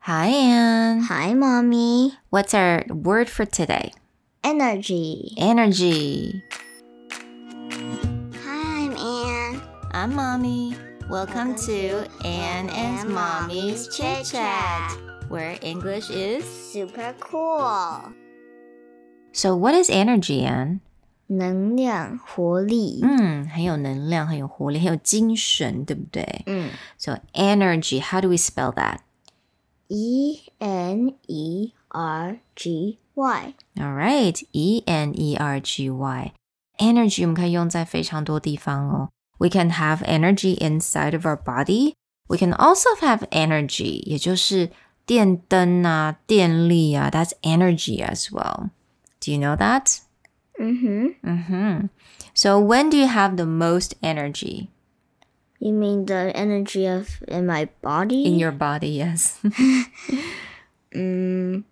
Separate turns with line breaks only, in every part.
Hi, Anne.
Hi, mommy.
What's our word for today?
Energy.
Energy.
Hi, I'm Anne.
I'm Mommy. Welcome to Anne and Mommy's Chit Chat, where English is.
Super cool.
So, what is energy, Anne?
能量活力。
嗯，很有能量，很有活力，很有精神，对不对
嗯
？So energy, how do we spell that?
，E N E R G Y。
All right, E N E R G Y. Energy 我们可以用在非常多地方哦。We can have energy inside of our body. We can also have energy, 也就是电灯啊、电力啊。That's energy as well. Do you know that?
嗯哼
Mm-hmm. So when do you have the most energy
，You mean the energy of in my body?
in your body? Yes.
mm, when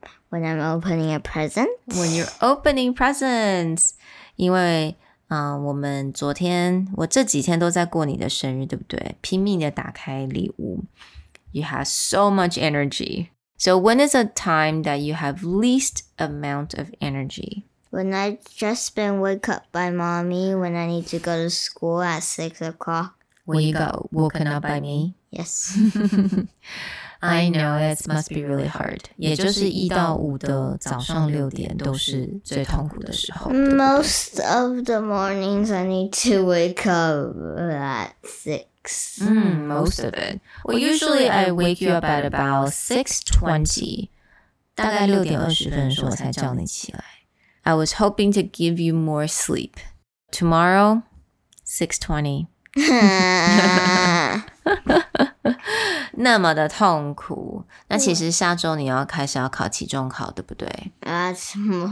I'm opening a present.
when you're opening presents. 因为嗯、呃我们昨天我这几天都在过你的生日，对不对？拼命的打开礼物，You have so much energy. So when is a time that you have least amount of energy?
When I just been wake up by mommy. When I need to go to school at six o'clock.
When you got woken up by me,
Yes.
I know it must be really hard. 也就是一到五的早上六点都是最痛苦的时候。
Most of the mornings I need to wake up at six.
Mm, most of it. Well, usually I wake you up at about six twenty. 大概六点二十分的时候我才叫你起来。I was hoping to give you more sleep. Tomorrow, six twenty. 那么的痛苦。那其实下周你要开始要考期中考，对不对？
That's more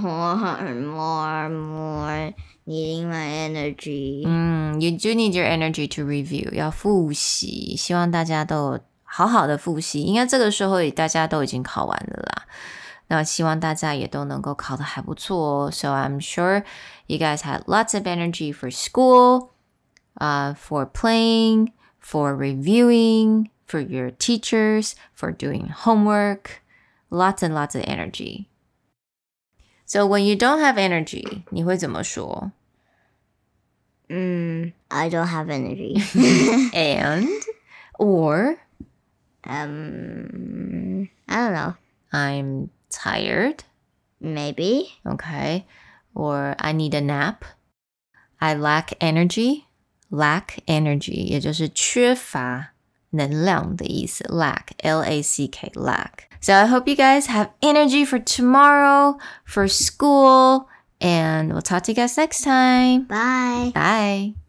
and more and more needing my energy.
嗯，You do need your energy to review，要复习。希望大家都有好好的复习，应该这个时候也大家都已经考完了啦。那希望大家也都能够考得还不错哦。So I'm sure you guys had lots of energy for school, uh, for playing, for reviewing, for your teachers, for doing homework. Lots and lots of energy. So when you don't have energy, 你会怎么说
Mm, I don't have energy.
？And or
um, I don't know.
I'm tired.
Maybe.
Okay. Or I need a nap. I lack energy. Lack energy 也就是缺乏能量的意思。Lack, L-A-C-K, lack. So I hope you guys have energy for tomorrow, for school, and we'll talk to you guys next time.
Bye.
Bye.